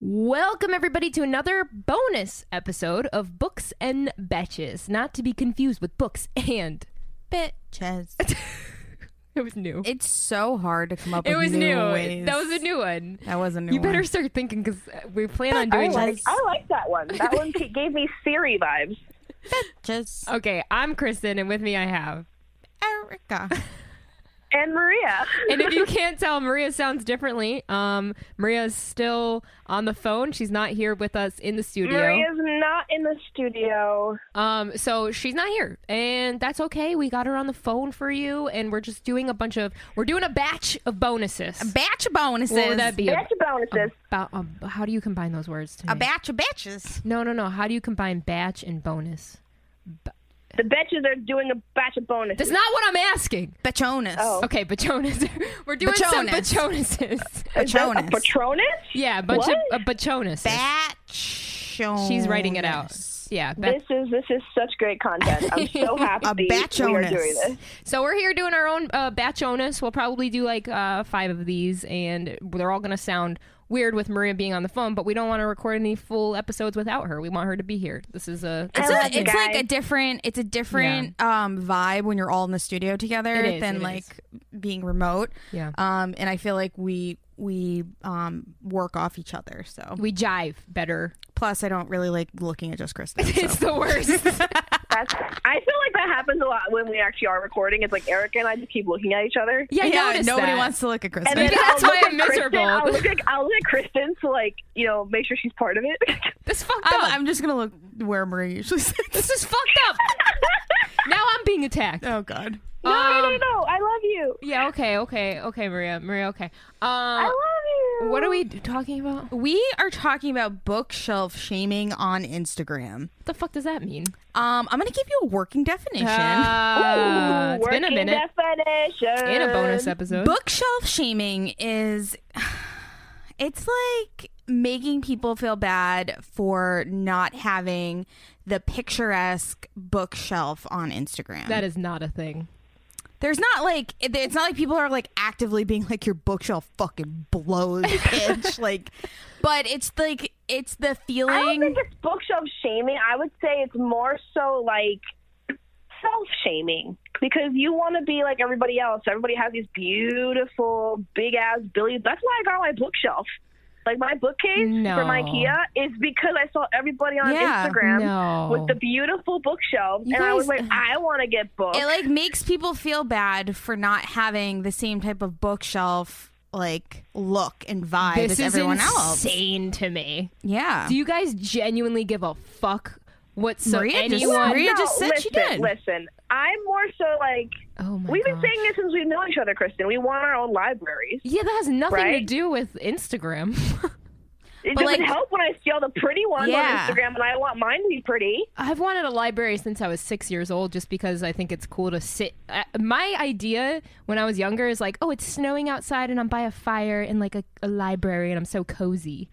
Welcome, everybody, to another bonus episode of Books and Betches. Not to be confused with Books and. Bitches. It was new. It's so hard to come up It with was new. ways. That was a new one. That was a new You better one. start thinking because we plan on I doing like, this. I like that one. That one ca- gave me Siri vibes. Just Okay, I'm Kristen, and with me I have. Oh. Erica. And Maria. And if you can't tell, Maria sounds differently. Um, Maria's still on the phone. She's not here with us in the studio. Maria's not in the studio. Um, so she's not here, and that's okay. We got her on the phone for you, and we're just doing a bunch of we're doing a batch of bonuses. Batch of bonuses. What would that be? That's bonuses. About um, how do you combine those words? To A batch of bitches. No, no, no. How do you combine batch and bonus? The betches are doing a batch of bonuses. That's not what I'm asking. Batchonas. Oh. Okay, Bachonas. we're doing some Bachonas. Bachonases. Is that a Patronus. Patronus? yeah, a bunch What? of uh, Bachonas. Batchonas. she's writing it out. Yeah, bat- This is this is such great content. I'm so A happy we are Batronus. doing this. So we're here doing our own uh, batch onus. We'll probably do like uh, five of these, and they're all going to sound weird with Maria being on the phone. But we don't want to record any full episodes without her. We want her to be here. This is a I It's, love a, you it's like guys. a different it's a different um vibe when you're all in the studio together It is, than it is. like being remote. Yeah. Um and I feel like we we um work off each other. So we jive better. plus I don't really like looking at just Kristen. so. It's the worst. That's, I feel like that happens a lot when we actually are recording. It's like Erica and I just keep looking at each other. yeah, I yeah, noticed nobody that. wants to look at Kristen. And then That's I'll why look I'm at Kristen- miserable. I'll look, at, I'll look at Kristen to like you know make sure she's part of it. This fucked up. Oh, I'm, I'm just gonna look where Marie usually sits. this is fucked up. now I'm being attacked. Oh God. no, no, no, Um, no! I love you. Yeah. Okay. Okay. Okay, Maria. Maria. Okay. I Um, love you. what are we d- talking about? What We are talking about bookshelf shaming on Instagram. the fuck does that mean? Um, I'm gonna give you a working definition. Uh, it's been a Working minute. Definition. In a bonus episode. Bookshelf shaming is it's like making people feel bad for not having the picturesque bookshelf on Instagram. That is not a thing. There's not like it- it's not like people are like actively being like your bookshelf fucking blows, bitch. like, but it's like it's the feeling. I don't think it's bookshelf shaming. I would say it's more so like self shaming because you want to be like everybody else. Everybody has these beautiful big ass billions. That's why I got my bookshelf. Like my bookcase No. from IKEA is because I saw everybody on Yeah, Instagram no. uh, with the beautiful bookshelf, You and I was guys- like, I want to get books. it like makes people feel bad for not having the same type of bookshelf like look and vibe this as is everyone else. Oh. insane to me. Yeah. Do you guys genuinely give a fuck what so Maria just- anyone? Maria no, just said listen, she did. Listen, I'm more so like oh my we've been gosh. saying this since we've known each other, Kristen. We want our own libraries. Yeah, that has nothing to Right? do with Instagram. It But, doesn't like- help when I see all the pretty ones Yeah. on Instagram and I want mine to be pretty. I've wanted a library since I was six years old just because I think it's cool to sit. Uh, my idea when I was younger is like, oh, it's snowing outside and I'm by a fire in like a, a library and I'm so cozy.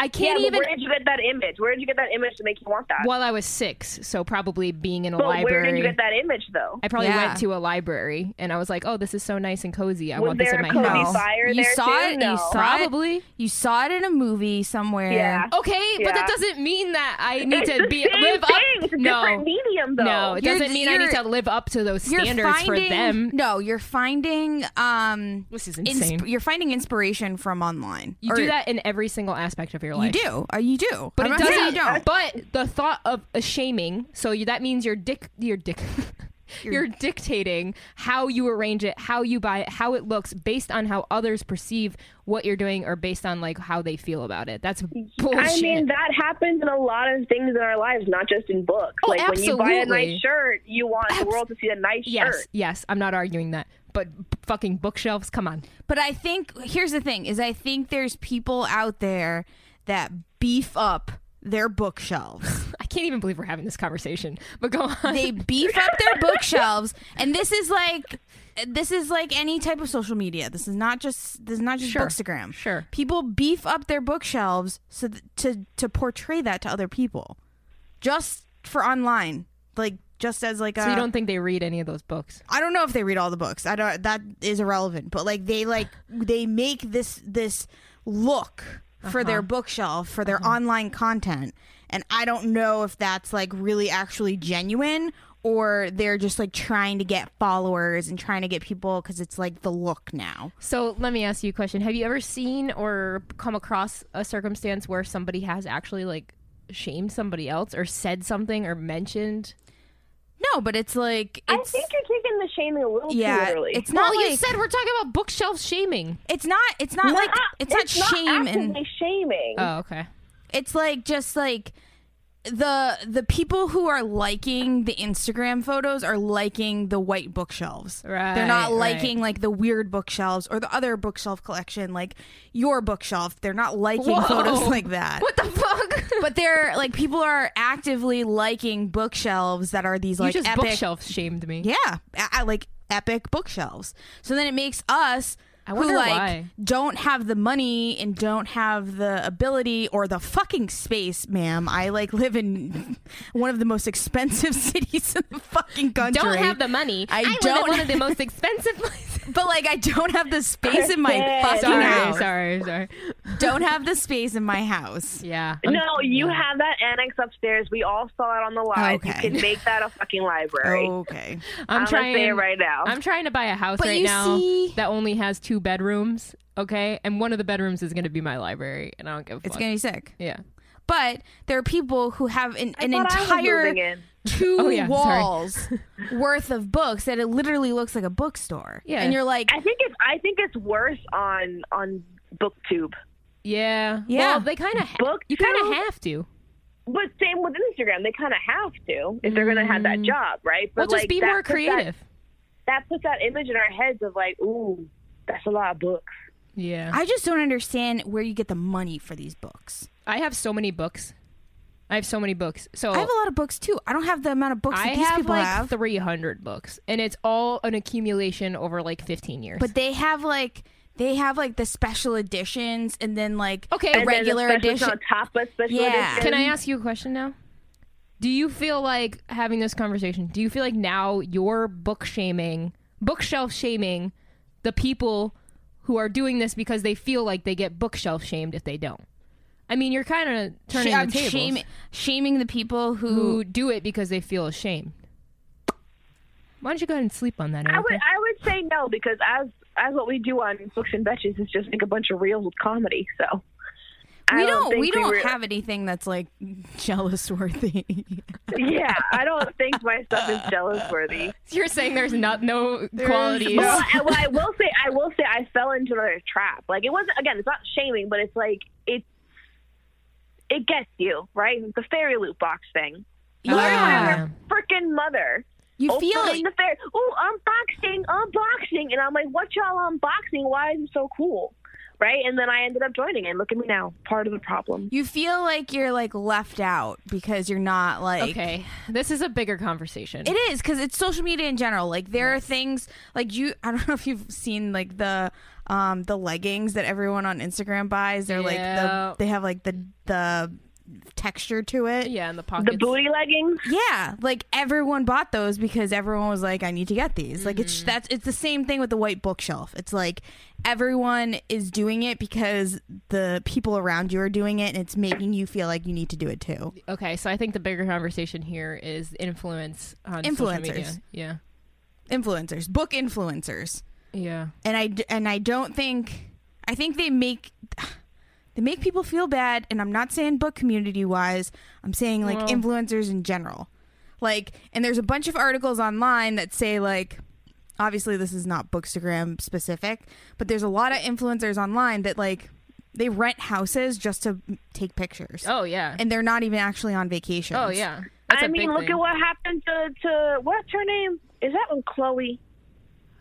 I Yeah, can't but even. where did you get that image? Where did you get that image to make you want that? While I was six, so probably being in a but library. where did you get that image though? I probably Yeah. went to a library and I was like, oh, this is so nice and cozy. I Was want this there in my a cozy house. fire You there saw too? it, you No. saw- Probably. You saw it in a movie somewhere. Oh, Yeah. Okay, but that Yeah. doesn't mean that I Oh, need it's to the be same live thing. up. It's a no, different medium though. no, it You're- doesn't mean I need you're- to live up to those You're standards finding for them. no. You're finding um. This is insp- insane. you're finding inspiration from online. You Or- do that in every single aspect of your You life. do. Uh, you do. But I'm it not saying doesn't. You don't. But the thought of a shaming, so you, that means you're dic, you're dic, you're dictating how you arrange it, how you buy it, how it looks, based on how others perceive what you're doing, or based on like how they feel about it. That's bullshit. I mean, that happens in a lot of things in our lives, not just in books. Oh, like when you buy a absolutely. nice shirt, you want the world to see a nice yes, shirt. yes, I'm not arguing that. But fucking bookshelves, come on. But I think here's the thing: is I think there's people out there that beef up their bookshelves. I can't even believe we're having this conversation. But go on. they beef up their bookshelves, and this is like this is like any type of social media. This is not just this is not just Sure. Bookstagram. Sure. people beef up their bookshelves so th- to to portray that to other people, just for online, like just as like a. so you don't think they read any of those books? I don't know if they read all the books. I don't. That is irrelevant. But like they like they make this this look for their bookshelf for their online content and i don't know if that's like really actually genuine or they're just like trying to get followers and trying to get people because it's like the look now So let me ask you a question. Have you ever seen or come across a circumstance where somebody has actually like shamed somebody else or said something or mentioned? no but it's like I it's think you're taking the shaming a little too yeah literally. it's Well, not you like said we're talking about bookshelf shaming. it's not it's not like it's, not shame and actively shaming. Oh, okay. it's like just like the the people who are liking the Instagram photos are liking the white bookshelves. Right, They're not right. liking like the weird bookshelves or the other bookshelf collection, like your bookshelf. They're not liking Whoa. photos like that. What the fuck? But they're like people are actively liking bookshelves that are these you like just epic, bookshelf shamed me. yeah, I, I like epic bookshelves. So then it makes us. I who wonder like why. don't have the money and don't have the ability or the fucking space, ma'am. I like live in one of the most expensive cities in the fucking country. Don't have the money. I live don't- at one of the most expensive places. but like I don't have the space in my Kristen. fucking sorry, house. sorry, sorry. Don't have the space in my house. Yeah. No, you have that annex upstairs. We all saw it on the live. You Okay. Oh, can make that a fucking library. Okay. I'm, I'm trying gonna say it right now. I'm trying to buy a house But right you now see- that only has two bedrooms. Okay, and one of the bedrooms is going to be my library, and I don't give a It's fuck. gonna be sick. yeah. But there are people who have an, an Thought I was moving entire in. two Oh, yeah, sorry. walls worth of books that it literally looks like a bookstore. Yeah. And you're like, I think it's I think it's worse on on BookTube, Yeah. Yeah. Well, they kind of ha- Book you kind two? of have to. but same with Instagram. They kind of have to if they're going to have that Mm. job, right? Well, But just like, be that more puts that- creative. That, puts that image in our heads of like, ooh, that's a lot of books. Yeah. I just don't understand where you get the money for these books. I have so many books. I have so many books. So I have a lot of books too. Oh. I don't have the amount of books I that these have people like have, 300 books, and it's all an accumulation over like 15 years. but they have like they have like the special editions and then like Okay. the And then the regular specials edition. on top of special Yeah. edition. Can I ask you a question now? Do you feel like having this conversation? Do you feel like now you're book shaming, bookshelf shaming the people who are doing this because they feel like they get bookshelf shamed if they don't? I mean, you're kind of turning I'm the tables. shaming, shaming the people who. who do it because they feel ashamed. Why don't you go ahead and sleep on that? I would Erica? I would say no because as as what we do on Books and Betches is just make a bunch of reels with comedy. So I we don't don't. think We don't really- have anything that's like jealous worthy. yeah, I don't think my stuff is jealous worthy. You're saying there's not no qualities. Well, I, well, I will say, I will say, I fell into another trap. Like it wasn't again. It's not shaming, but it's like it. It gets you right. It's The fairy loot box thing. Yeah. Yeah. Freaking mother. You feel like, Opening the fair. Oh, Ooh, unboxing, unboxing, and I'm like, what y'all unboxing? Why is it so cool? Right, and then I ended up joining, and look at me now, part of the problem. you feel like you're like left out because you're not like Okay, this is a bigger conversation. It is because it's social media in general. Like there are things like you. I don't know if you've seen like the um the leggings that everyone on Instagram buys. They're Yeah. like the they have like the the texture to it. yeah, in the The pockets. booty leggings. Yeah, like everyone bought those because everyone was like, "I need to get these." Like Mm-hmm. it's that's it's the same thing with the white bookshelf. It's like everyone is doing it because the people around you are doing it, and it's making you feel like you need to do it too. Okay, so I think the bigger conversation here is the influence on social Influencers. media. Yeah, Influencers, book influencers. yeah. and I d- and I don't think I think they make they make people feel bad and I'm not saying book community wise I'm saying like Well- influencers in general like and there's a bunch of articles online that say like obviously this is not bookstagram specific but there's a lot of influencers online that like they rent houses just to take pictures Oh yeah. and they're not even actually on vacation oh yeah. That's I a big mean, look thing. at what happened to to what's her name? Is that one Chloe?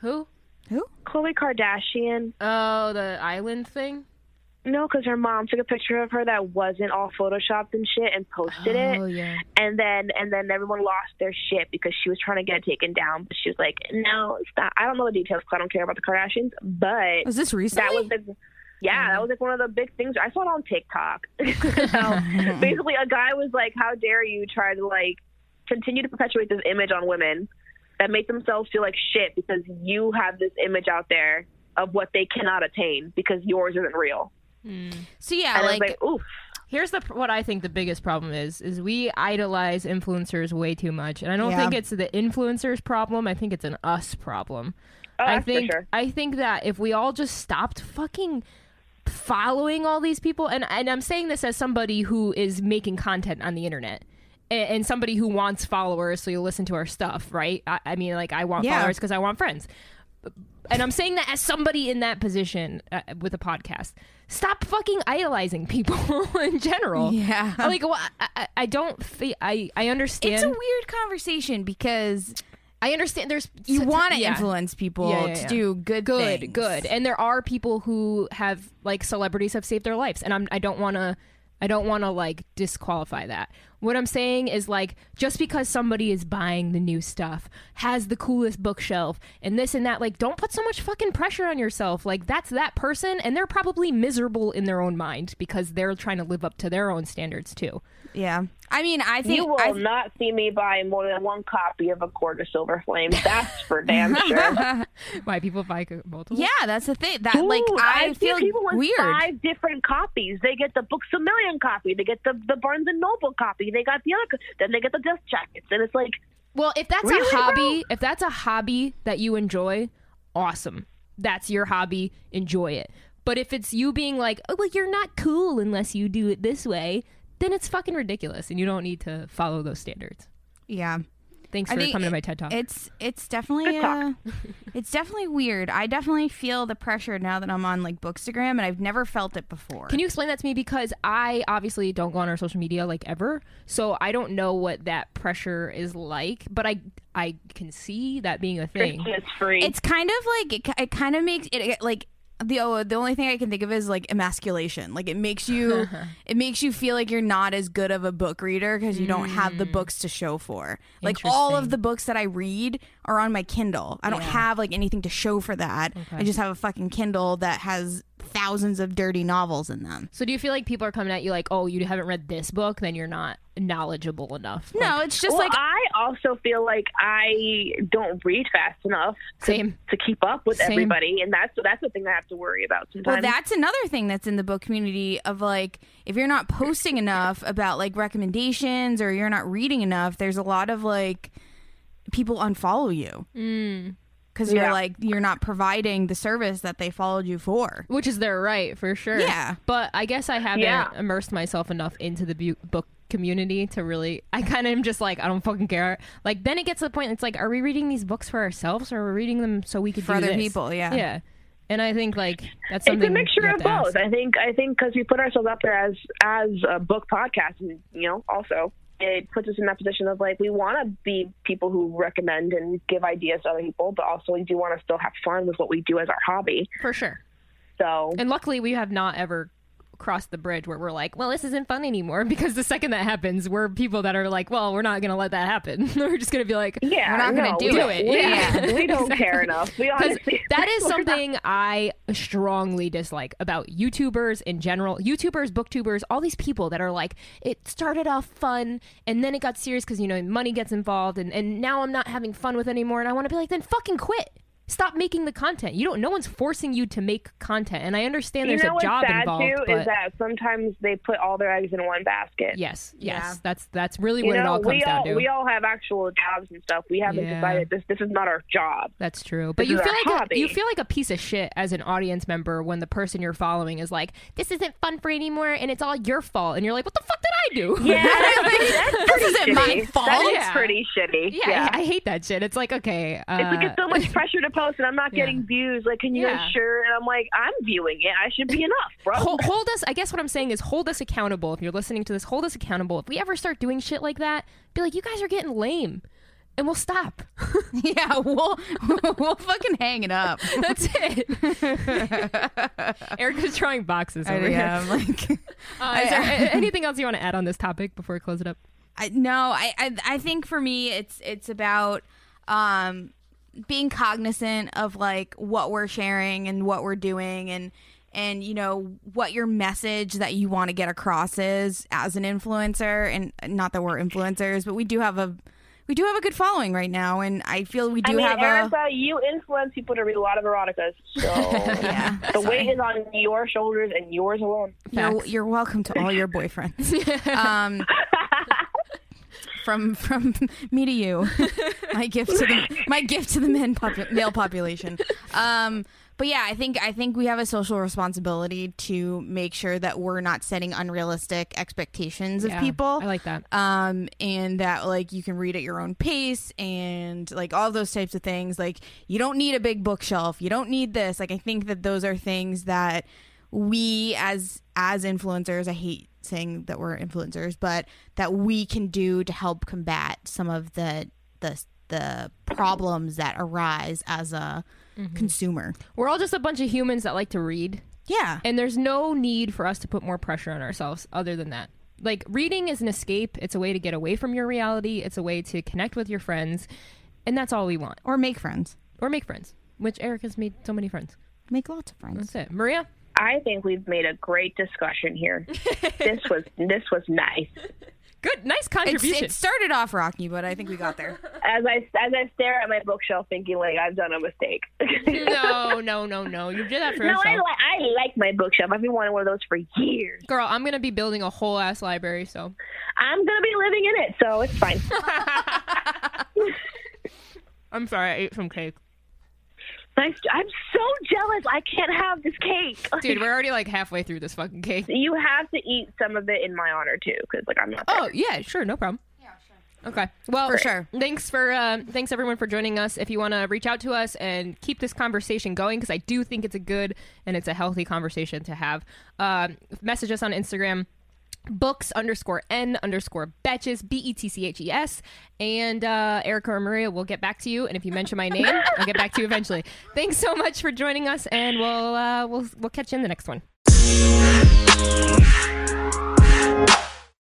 who. who Chloe Kardashian. Oh, the island thing. No, because her mom took a picture of her that wasn't all photoshopped and shit, and posted Oh it. yeah. And then and then everyone lost their shit because she was trying to get it taken down, but she was like, "No, it's not." I don't know the details 'cause I don't care about the Kardashians, but was this recently that was the. Yeah, Mm. that was like one of the big things. I saw it on TikTok. so basically, a guy was like, "How dare you try to like continue to perpetuate this image on women that make themselves feel like shit because you have this image out there of what they cannot attain because yours isn't real." So yeah, like, And I was like, oof. Here's the pr- what I think the biggest problem is is we idolize influencers way too much, and I don't Yeah. think it's the influencers problem. I think it's an us problem. Oh, I that's for think sure. I think that if we all just stopped fucking following all these people, and and I'm saying this as somebody who is making content on the internet. a- And somebody who wants followers, so you listen to our stuff, right? I, I mean, like I want Yeah. followers because I want friends and I'm saying that as somebody in that position uh, with a podcast, stop fucking idolizing people in general. Yeah. like well, I- I, I don't. Fe- I I understand. it's a weird conversation because I understand. There's you such a- want to yeah. influence people Yeah, yeah, to yeah. do good, Good, things. good. And there are people who have like celebrities have saved their lives, and I'm I don't want to. I don't want to like disqualify that. What I'm saying is like just because somebody is buying the new stuff, has the coolest bookshelf and this and that, like don't put so much fucking pressure on yourself. Like that's that person and they're probably miserable in their own mind because they're trying to live up to their own standards too. Yeah, I mean, I think You will I, not see me buy more than one copy of A Court of Silver Flame. That's for damn sure. Why people buy multiple? yeah, that's the thing that like Dude, I, I've seen feel people with weird. five different copies. They get the Books a Million copy. They get the the Barnes and Noble copy. They got the other. co- Then they get the dust jackets, and it's like Well, if that's Really, a bro? hobby, if that's a hobby that you enjoy, awesome. That's your hobby. Enjoy it. But if it's you being like, oh, well, you're not cool unless you do it this way, then it's fucking ridiculous, and you don't need to follow those standards. Yeah, Thanks I for think coming to my TED talk. it's it's definitely uh, it's definitely weird. I definitely feel the pressure now that I'm on like Bookstagram, and I've never felt it before. Can you explain that to me? Because I obviously don't go on our social media like ever, so I don't know what that pressure is like. But I I can see that being a thing. Christmas free. It's kind of like it, ki- it kind of makes it, it like the oh, the only thing I can think of is like emasculation. Like it makes you it makes you feel like you're not as good of a book reader because you don't have the books to show for. Like all of the books that I read are on my Kindle. I don't have like anything to show for that. I just have a fucking Kindle that has thousands of dirty novels in them. So do you feel like people are coming at you like, oh, you haven't read this book, then you're not knowledgeable enough? Like, No, it's just well, like I also feel like I don't read fast enough same. to keep up with Same. everybody, and that's that's the thing I have to worry about sometimes. Well, that's another thing that's in the book community of like if you're not posting enough about like recommendations or you're not reading enough, there's a lot of like people unfollow you. Cuz you're Mm. Yeah. like you're not providing the service that they followed you for. Which is their right for sure. Yeah. But I guess I haven't Yeah. immersed myself enough into the bu- book community to really. I kind of am just like I don't fucking care. Like then it gets to the point. It's like, are we reading these books for ourselves, or are we reading them so we could For do other this? people, yeah. Yeah. And I think like that's it's something. a mixture you have of to ask. both. I think I think because we put ourselves out there as as a book podcast, and you know, also it puts us in that position of like we want to be people who recommend and give ideas to other people, but also we do want to still have fun with what we do as our hobby. for sure. So And luckily, we have not ever crossed the bridge where we're like, well, this isn't fun anymore. Because the second that happens, we're people that are like, well, we're not gonna let that happen. we're just gonna be like, yeah, We're not gonna no, do we, it. We, Yeah. we don't care enough. We Because honestly that is we're not- something I strongly dislike about YouTubers in general. YouTubers, booktubers, all these people that are like, it started off fun and then it got serious because, you know, money gets involved and, and now I'm not having fun with it anymore. And I want to be like, then fucking quit. Stop making the content. You don't, no one's forcing you to make content. And I understand You there's know a what's job sad involved. too but is that sometimes they put all their eggs in one basket. yes, yes, Yeah. that's, that's really You what it know, all comes we all down to. we all have actual jobs and stuff. We haven't Yeah. decided this. This is not our job. That's true. But This you is feel our like a, hobby. you feel like a piece of shit as an audience member when the person you're following is like, "This isn't fun for anymore, and it's all your fault." And you're like, "What the fuck did I do?" Yeah, that's, that's This pretty isn't my shitty. fault. That is Yeah. pretty shitty. yeah, I, I hate that shit. It's like, okay, uh, it's like it's so much pressure to post, and I'm not yeah. getting views. Like, can you Yeah. ensure? And I'm like, I'm viewing it. I should be enough, bro. uh, hold, hold us. I guess what I'm saying is hold us accountable. If you're listening to this, hold us accountable. If we ever start doing shit like that, be like, "You guys are getting lame," and we'll stop. yeah, we'll we'll fucking hang it up. That's it. Erica's drawing boxes over here. I'm like Uh, is there a- anything else you want to add on this topic before we close it up? I, no, I, I I think for me it's it's about um, being cognizant of like what we're sharing and what we're doing and and you know what your message that you want to get across is as an influencer and not that we're influencers but we do have a we do have a good following right now, and I feel we do I mean, have a. Erica, you influence people to read a lot of erotica, so Yeah, the weight is on your shoulders and yours alone. You're, Facts. you're welcome to all your boyfriends. um, from from me to you, my gift to the my gift to the men popu- male population. Um, but yeah, I think I think we have a social responsibility to make sure that we're not setting unrealistic expectations of Yeah, people. I like that. um and that like you can read at your own pace and like all those types of things like you don't need a big bookshelf you don't need this like i think that those are things that we as as influencers i hate saying that we're influencers but that we can do to help combat some of the the the problems that arise as a consumer We're all just a bunch of humans that like to read, yeah and there's no need for us to put more pressure on ourselves other than that. Like reading is an escape, it's a way to get away from your reality, it's a way to connect with your friends, and that's all we want. or make friends Or make friends, which Eric has made so many friends. make lots of friends That's it. Maria? I think we've made a great discussion here. this was this was nice. Good, nice it's, contribution. it started off rocky but i think we got there As I as I stare at my bookshelf, thinking like I've done a mistake. no, no, no, no. You did that for no, yourself. I like I like my bookshelf. I've been wanting one of those for years. Girl, I'm gonna be building a whole ass library, so I'm gonna be living in it, so it's fine. I'm sorry I ate some cake. I, I'm so jealous. I can't have this cake. Dude, we're already like halfway through this fucking cake. you have to eat some of it in my honor too, because like I'm not. There. Oh yeah, sure, no problem. Yeah, sure. Okay. Well, For sure. Thanks for um, thanks everyone for joining us. If you want to reach out to us and keep this conversation going, because I do think it's a good and it's a healthy conversation to have. Um, message us on Instagram. Books underscore n underscore betches b e t c h e s and uh, Erica or Maria will get back to you and if you mention my name I'll get back to you eventually. Thanks so much for joining us and we'll uh, we'll we'll catch you in the next one.